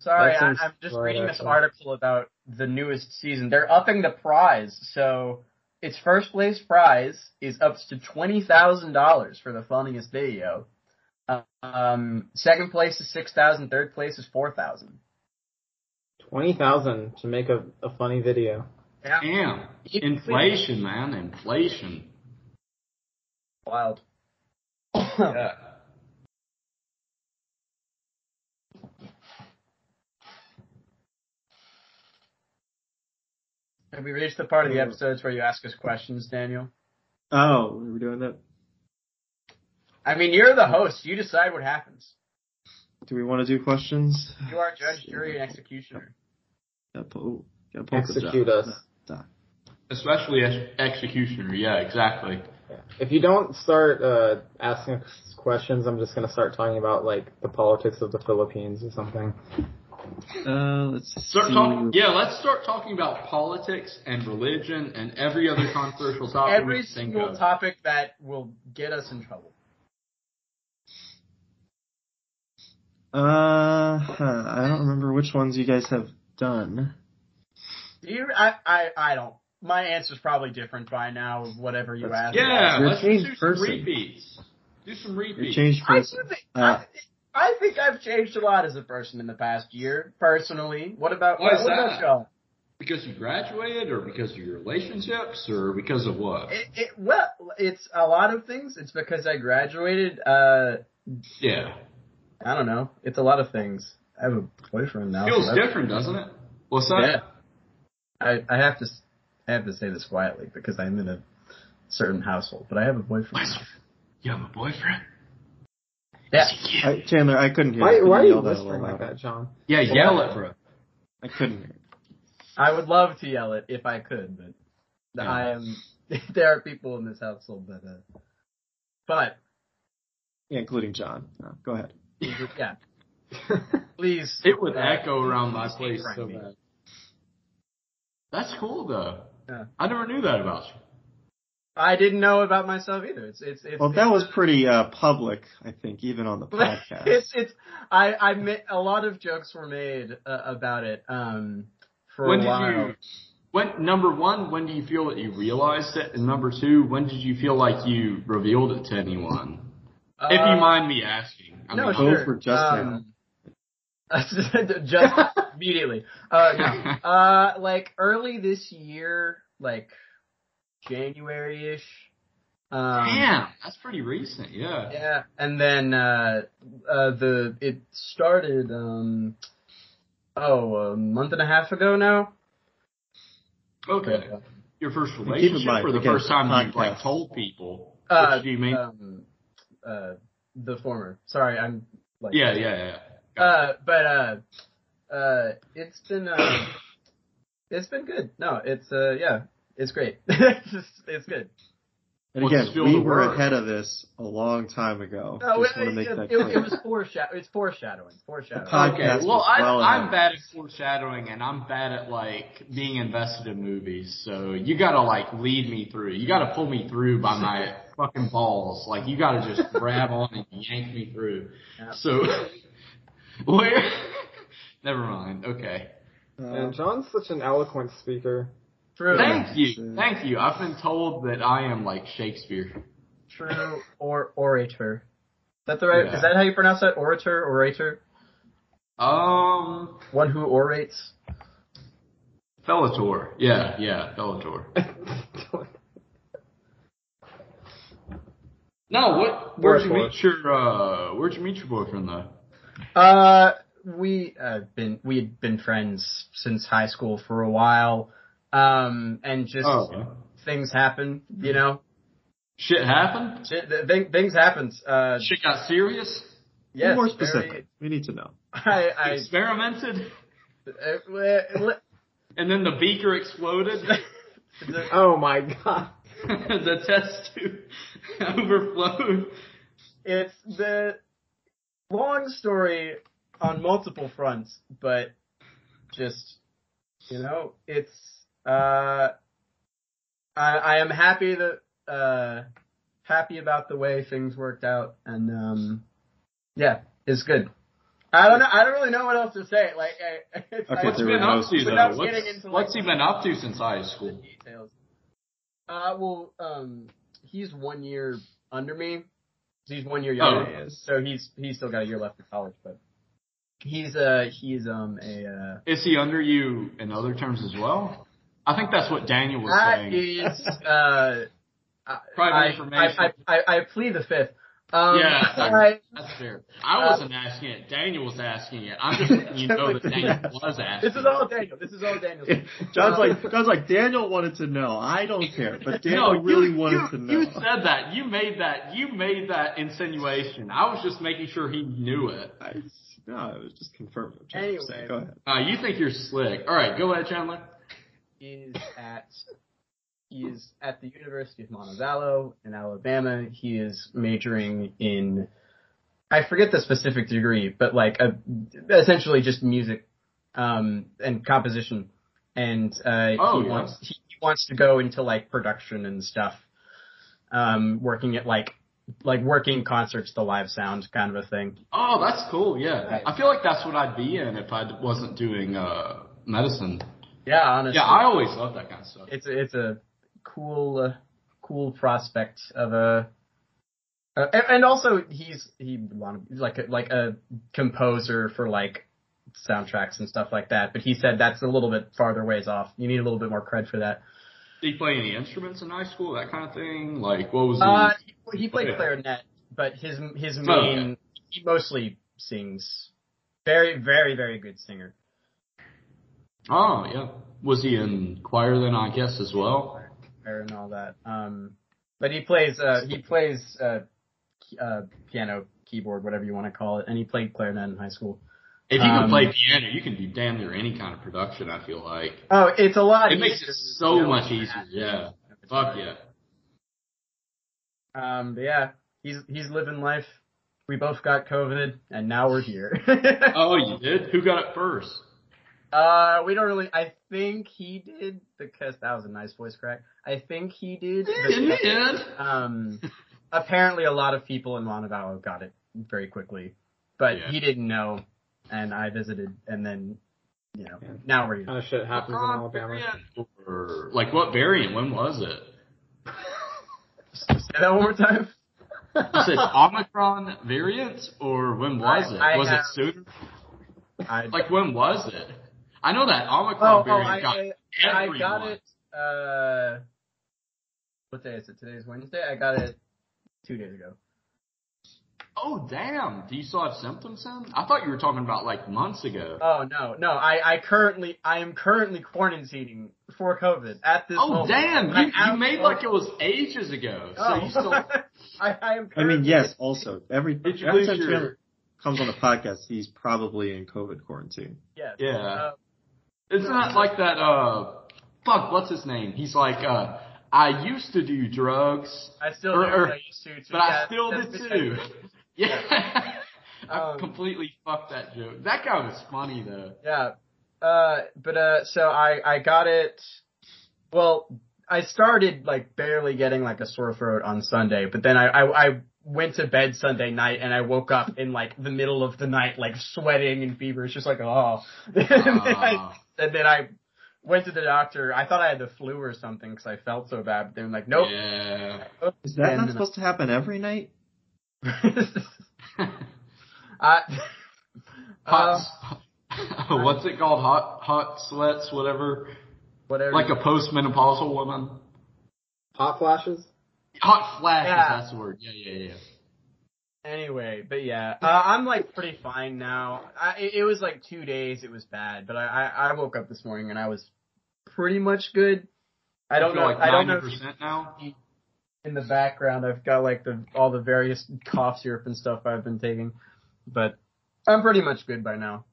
A: Sorry,
D: That
A: I,
D: seems
A: I'm just
D: right,
A: reading this
D: actually.
A: article about the newest season. They're upping the prize, so its first place prize is up to twenty thousand dollars for the funniest video. Um, second place is six thousand. Third place is four thousand.
D: Twenty thousand to make a, a funny video.
B: Damn, inflation, man, inflation.
A: Wild.
B: Yeah.
A: Have we reached the part of the episodes where you ask us questions, Daniel?
C: Oh, are we doing that?
A: I mean, you're the host. You decide what happens.
C: Do we want to do questions?
A: You are judge, jury, and executioner.
C: Gotta pull, gotta pull the
D: Execute
C: job.
D: us.
B: Especially ex- executioner. Yeah, exactly.
D: If you don't start uh, asking us questions, I'm just gonna start talking about like the politics of the Philippines or something.
C: Uh, let's
B: Start
C: see.
B: talking. Yeah, let's start talking about politics and religion and every other controversial topic. we
A: Every
B: can think
A: single
B: of.
A: topic that will get us in trouble.
C: Uh, huh, I don't remember which ones you guys have done.
A: Do you? I, I, I don't. My answer's probably different by now. of Whatever you ask.
B: Yeah,
C: You're a
B: let's
C: changed
B: do some
C: person.
B: repeats. Do some
C: You
B: repeats.
C: changed
A: I do
C: person.
A: think.
C: Uh,
A: I, I think I've changed a lot as a person in the past year, personally. What about
B: Why
A: what,
B: is
A: what about
B: that?
A: y'all?
B: because you graduated, or because of your relationships, or because of what?
A: It, it, well, it's a lot of things. It's because I graduated. Uh,
B: Yeah,
A: I don't know. It's a lot of things. I have a boyfriend now.
B: feels
A: so that's-
B: different, doesn't it? What's that?
A: Yeah. I, I have to. s- I have to say this quietly because I'm in a certain household, but I have a boyfriend. now.
B: You have a boyfriend?
A: Yeah.
C: I, uh, Chandler, I couldn't hear.
D: Why,
C: you.
D: why are
C: You
D: you
C: yelled out a little
D: whispering like
C: louder.
D: that, John?
B: Yeah, yell it, bro.
C: I couldn't hear.
A: I would love to yell it if I could, but
B: No.
A: I am. There are people in this household that. Uh, but
C: Yeah, including John. No, go ahead.
A: yeah, please.
B: It would
A: uh,
B: echo around my place
A: Frank
B: so
A: me.
B: bad. That's cool though.
A: Yeah.
B: I never knew that about you.
A: I didn't know about myself either. It's it's it's.
C: Well, that was pretty uh, public, I think, even on the podcast.
A: it's it's. I I ma- a lot of jokes were made uh, about it. Um, for
B: when
A: a
B: did
A: while.
B: you? When number one, when do you feel that you realized it, and number two, when did you feel like you revealed it to anyone? if you
A: Uh,
B: mind me asking. I
A: no,
B: mean,
C: Those
A: sure.
C: were just
A: um, just immediately. Uh, no. uh, like early this year, like January ish. Um,
B: Damn, that's pretty recent. Yeah.
A: Yeah, and then uh, uh, the it started um, oh a month and a half ago now.
B: Okay. Your first
C: in
B: relationship,
C: mind,
B: or the
C: again,
B: first time you like
C: podcast.
B: told people?
A: Uh,
B: Which do you mean?
A: Um, uh, the former. Sorry, I'm like
B: yeah, yeah, yeah.
A: Uh, but uh, uh, it's been uh, it's been good. No, it's uh, yeah, it's great. it's just- it's good.
C: And
B: Let's
C: again,
B: spill
C: we
B: the
C: were
B: word.
C: ahead of this a long time ago.
A: No,
C: Just
A: it,
C: want to make
A: it-
C: that
A: it-
C: clear.
A: it was foreshadow. It's foreshadowing. Foreshadowing.
C: podcast
B: Okay.
C: was
B: Well, I'm,
C: well
B: I'm
C: ahead.
B: bad at foreshadowing, and I'm bad at like being invested in movies. So you gotta like lead me through. You gotta pull me through by my fucking balls. Like you gotta just grab on and yank me through.
A: Yeah.
B: So where? Never mind. Okay.
D: And
C: Um,
D: John's such an eloquent speaker.
A: True.
B: Thank you.
C: so-
B: Thank you. I've been told that I am like Shakespeare.
A: True or orator. Is that the right?
B: Yeah.
A: Is that how you pronounce that? Orator, orator,
B: Um,
A: one who orates.
B: Bellator. Yeah, yeah, Bellator. No, what? Where'd you
D: Bellator.
B: meet your uh? Where'd you meet your boyfriend though?
A: Uh, we uh been we had been friends since high school for a while. Um, and just
B: Oh,
A: things happen, you know.
B: shit
C: Mm-hmm.
B: happened.
A: Shit, th- thing- things happens. Uh,
B: Shit got serious.
C: be
A: yes,
C: more
A: very-
C: specific. We need to know.
A: I, I,
B: Experimented,
A: uh, well,
B: and then the beaker exploded.
A: the-
D: Oh my god.
B: the test tube overflowed.
A: it's the long story on multiple fronts, but just you know, it's uh, I, I am happy that uh, happy about the way things worked out, and um, yeah, it's good. I don't know. I don't really know what else to say. Like, I, it's,
C: Okay,
A: I,
B: What's
C: there
B: he
C: were
B: been up
C: no
B: to
C: seasons.
B: though?
A: Without
B: What's,
A: getting into, like,
B: what's he been up to since high school?
A: Details. Uh, well, um, he's one year under me. He's one year younger
B: Oh.
A: than I is, so he's he's still got a year left in college, but he's uh he's um a uh,
B: Is he under you in other terms as well? I think that's what Daniel was
A: that
B: saying.
A: is uh I,
B: Private
A: I,
B: information.
A: I, I, I, I plead the fifth. Um,
B: Yeah.
A: I-
B: That's fair. I wasn't asking it. Daniel was asking it. I'm just letting you know that Daniel was asking.
A: this is all Daniel. This is all Daniel.
C: John's like John's like Daniel wanted to know. I don't care, but
B: No,
C: Daniel
B: you-
C: really
B: you,
C: wanted to know.
B: You said that. You made that. You made that insinuation. I was just making sure he knew it.
C: I, no, I was just confirming. What John was saying.
A: Anyway.
C: Go ahead.
B: Uh, you think you're slick. All right, go ahead, Chandler.
A: is at he is at the University of Montevallo in Alabama. He is majoring in I forget the specific degree, but like a, essentially just music um, and composition. And uh,
B: Oh,
A: he
B: yeah.
A: wants he wants to go into like production and stuff, um, working at like like working concerts, the live sound kind of a thing.
B: Oh, that's cool. Yeah,
A: Right.
B: I feel like that's what I'd be in if I wasn't doing uh, medicine.
A: Yeah, honestly.
B: Yeah, I always love that kind of stuff.
A: it's a, it's a cool uh, cool prospect of a uh, and, and also he's he wanted he's like a, like a composer for like soundtracks and stuff like that but he said that's a little bit farther ways off you need a little bit more cred for that
B: Did you play any instruments in high school? That kind of thing. Like, what was? the-
A: uh he, he played
B: Hmm. Yeah.
A: clarinet but his his main
B: Oh, okay.
A: he mostly sings very very very good singer
B: oh, yeah. Was he in choir then? I guess as well.
A: and all that um but he plays uh he plays uh key- uh piano keyboard whatever you want to call it and he played clarinet in high school
B: If you can
A: Um,
B: play piano, you can do damn near any kind of production. I feel like
A: Oh, it's a lot.
B: it makes it
A: easier
B: so
A: to know
B: much
A: that.
B: easier. Yeah. Fuck yeah.
A: Um, but yeah, he's he's living life. We both got COVID, and now we're here.
B: Oh, you did? Who got it first?
A: uh, we don't really. I think he did because that was a nice voice crack. I think he did.
B: In the end.
A: Um, apparently, a lot of people in Montevallo got it very quickly, but
B: Yeah.
A: he didn't know, and I visited, and then you know, now we're here.
D: kind of shit happens in Alabama.
B: Variant or- Like what variant? When was it?
A: Say that one more time.
B: I said Omicron variant or when was
A: I-
B: it?
A: I
B: was
A: have-
B: it sooner?
A: I,
B: Like when was it? I know that Omicron
A: oh, oh,
B: variant
A: I,
B: got
A: I-
B: everyone.
A: I got it. Uh, what day is it? Today's Wednesday. I got it two days ago.
B: Oh damn! Do you still have symptoms then? I thought you were talking about like months ago.
A: Oh no, no. I, I currently I am currently quarantining for COVID at this.
B: oh
A: moment.
B: damn!
A: I
B: You, you
A: am-
B: made like it was ages ago. So
A: Oh.
B: you still?
A: I, I am.
C: I mean,
A: currently-
C: yes. Also, every
B: Did you
C: every
B: lose
C: time
B: your-
C: Chandler comes on the podcast, he's probably in COVID quarantine.
A: Yes.
B: Yeah.
A: Uh,
B: It's not like that. Uh, fuck. What's his name? He's like, uh, I used to do drugs,
A: I still
B: Or-
A: do
B: or-
A: what I used to. to
B: but
A: yeah,
B: I still
A: that's
B: did too.
A: because-
B: yeah. I
A: Um,
B: completely fucked that joke. That guy was funny though.
A: Yeah. Uh, but uh, so I I got it. Well, I started like barely getting like a sore throat on Sunday, but then I I, I went to bed Sunday night and I woke up in like the middle of the night, like sweating and feverish, just like oh. and, then I,
B: Ah.
A: and then I went to the doctor. I thought I had the flu or something because I felt so bad. But they were like, nope.
B: Yeah.
C: Is that
A: And
C: not
A: then-
C: supposed to happen every night?
A: Um. I, uh,
B: Hot. s- what's it called? Hot hot sweats, whatever.
A: whatever.
B: Like a postmenopausal woman.
D: Hot flashes.
B: Hot flashes.
A: Yeah.
B: That's the word. Yeah, yeah, yeah.
A: Anyway, but yeah, uh, I'm like pretty fine now. I, it, it was like two days. It was bad, but I, I, I woke up this morning and I was pretty much good. I don't
B: feel
A: know.
B: Like
A: I don't know. if
B: percent now.
A: in the background, I've got like the all the various cough syrup and stuff I've been taking, but I'm pretty much good by now.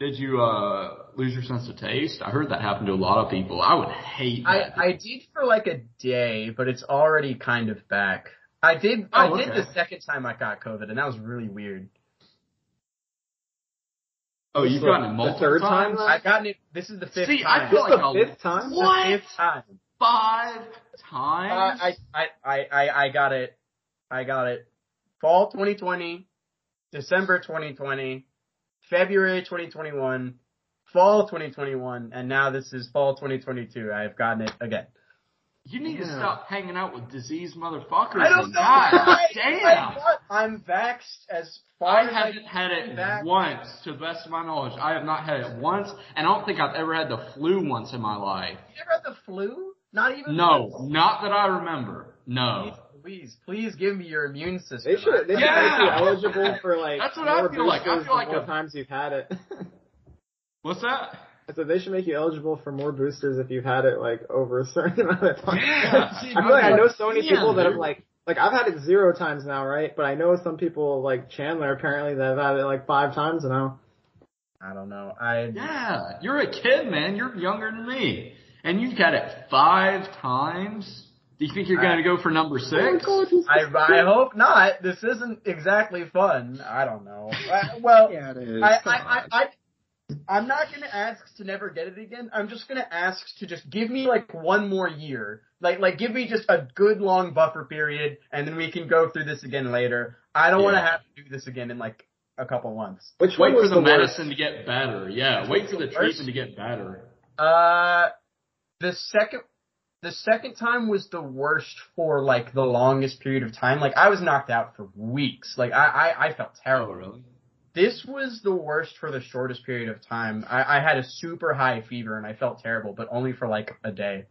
B: Did you uh, lose your sense of taste? I heard that happened to a lot of people. I would hate
A: I,
B: that.
A: I did for like a day, but it's already kind of back. I did I
B: Oh,
A: did
B: okay.
A: the second time I got COVID, and that was really weird.
B: oh, you've
D: the-
B: gotten it
D: the
B: multiple
D: third time?
B: times.
A: I've gotten it. This is the fifth
B: See,
A: time.
B: I feel
D: This
B: like
D: the
B: I'll-
D: fifth time.
B: What?
A: The fifth time.
B: Five times.
A: Uh, I, I, I, I, I got it. I got it. Fall 2020, December 2020, February 2021, fall 2021, and now this is fall 2022. I've gotten it again.
B: you need to
D: Yeah.
B: stop hanging out with diseased motherfuckers.
A: I don't
B: and
A: know.
B: God
A: why.
B: damn.
A: I, am vaxxed as far
B: I
A: as
B: haven't had
A: come
B: it
A: back.
B: once, to the best of my knowledge. I have not had it once, and I don't think I've ever had the flu once in my life.
A: You ever had the flu? Not even.
B: No,
A: once?
B: not that I remember.
A: Please,
B: No.
A: please, please give me your immune system.
D: They should they should
B: Yeah!
D: make you eligible for like
B: That's what I
D: more
B: feel like. I
D: boosters
B: feel
D: the
B: like
D: more
B: a-
D: times you've had it.
B: What's that?
D: so they should make you eligible for more boosters if you've had it like over a certain amount of time.
B: Yeah.
D: I feel like I know so many
B: Yeah,
D: people that have
B: dude.
D: like like I've had it zero times now, right? But I know some people like Chandler apparently that have had it like five times now.
A: I don't know. I
B: Yeah, you're a kid, man. You're younger than me, and you've got it five times. Do you think you're going to go for number six?
A: I, I hope not. This isn't exactly fun. I don't know. Uh, well,
C: Yeah, it is.
A: I,
C: Come
A: I,
C: on.
A: I, I, I'm not gonna ask to never get it again. I'm just gonna ask to just give me like one more year. Like, like give me just a good long buffer period, and then we can go through this again later. I don't want to
B: Yeah.
A: have to do this again in like a couple months.
D: Which
B: Wait
D: one was
B: for the
D: worst?
B: medicine to get better. Yeah, wait for the treatment to get better.
A: Uh, the second. The second time was the worst for like the longest period of time. Like I was knocked out for weeks. Like I, I, I felt terrible.
B: really?
A: this was the worst for the shortest period of time. I, I had a super high fever and I felt terrible, but only for like a day.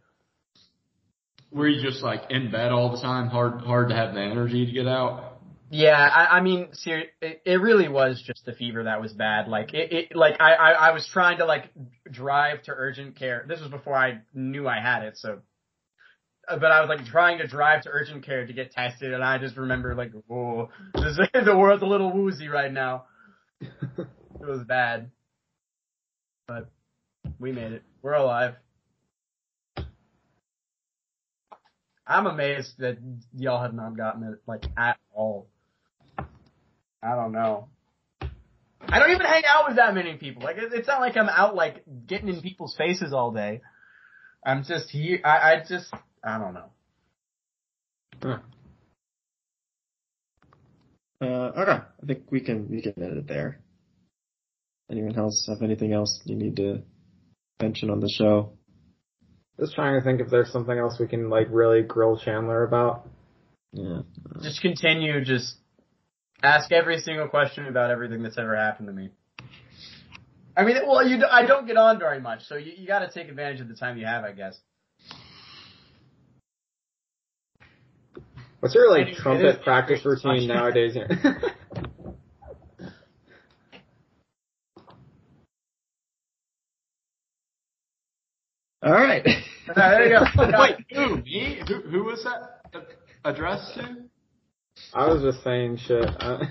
B: Were you just like in bed all the time? Hard, hard to have the energy to get out.
A: Yeah, I, I mean, ser- it, it really was just the fever that was bad. Like it, it like I, I, I was trying to like drive to urgent care. This was before I knew I had it, so. uh, But I was like trying to drive to urgent care to get tested, and I just remember like, oh, this, the world's a little woozy right now. it was bad, but we made it. We're alive. I'm amazed that y'all have not gotten it like at all. I don't know. I don't even hang out with that many people. Like it- it's not like I'm out like getting in people's faces all day. I'm just here. I, I just I don't know.
C: Uh, okay, I think we can we can end it there. Anyone else have anything else you need to mention on the show?
D: Just trying to think if there's something else we can like really grill Chandler about.
C: Yeah.
A: Just continue. Just ask every single question about everything that's ever happened to me. I mean, well, you. do- I don't get on very much, so you, you got to take advantage of the time you have, I guess.
D: What's your
A: It
D: like
A: is-
D: trumpet
A: it is-
D: practice routine nowadays?
C: All right.
A: there you go.
B: Wait, who? Me? Who, who was that addressed to?
D: I was just saying shit. Uh,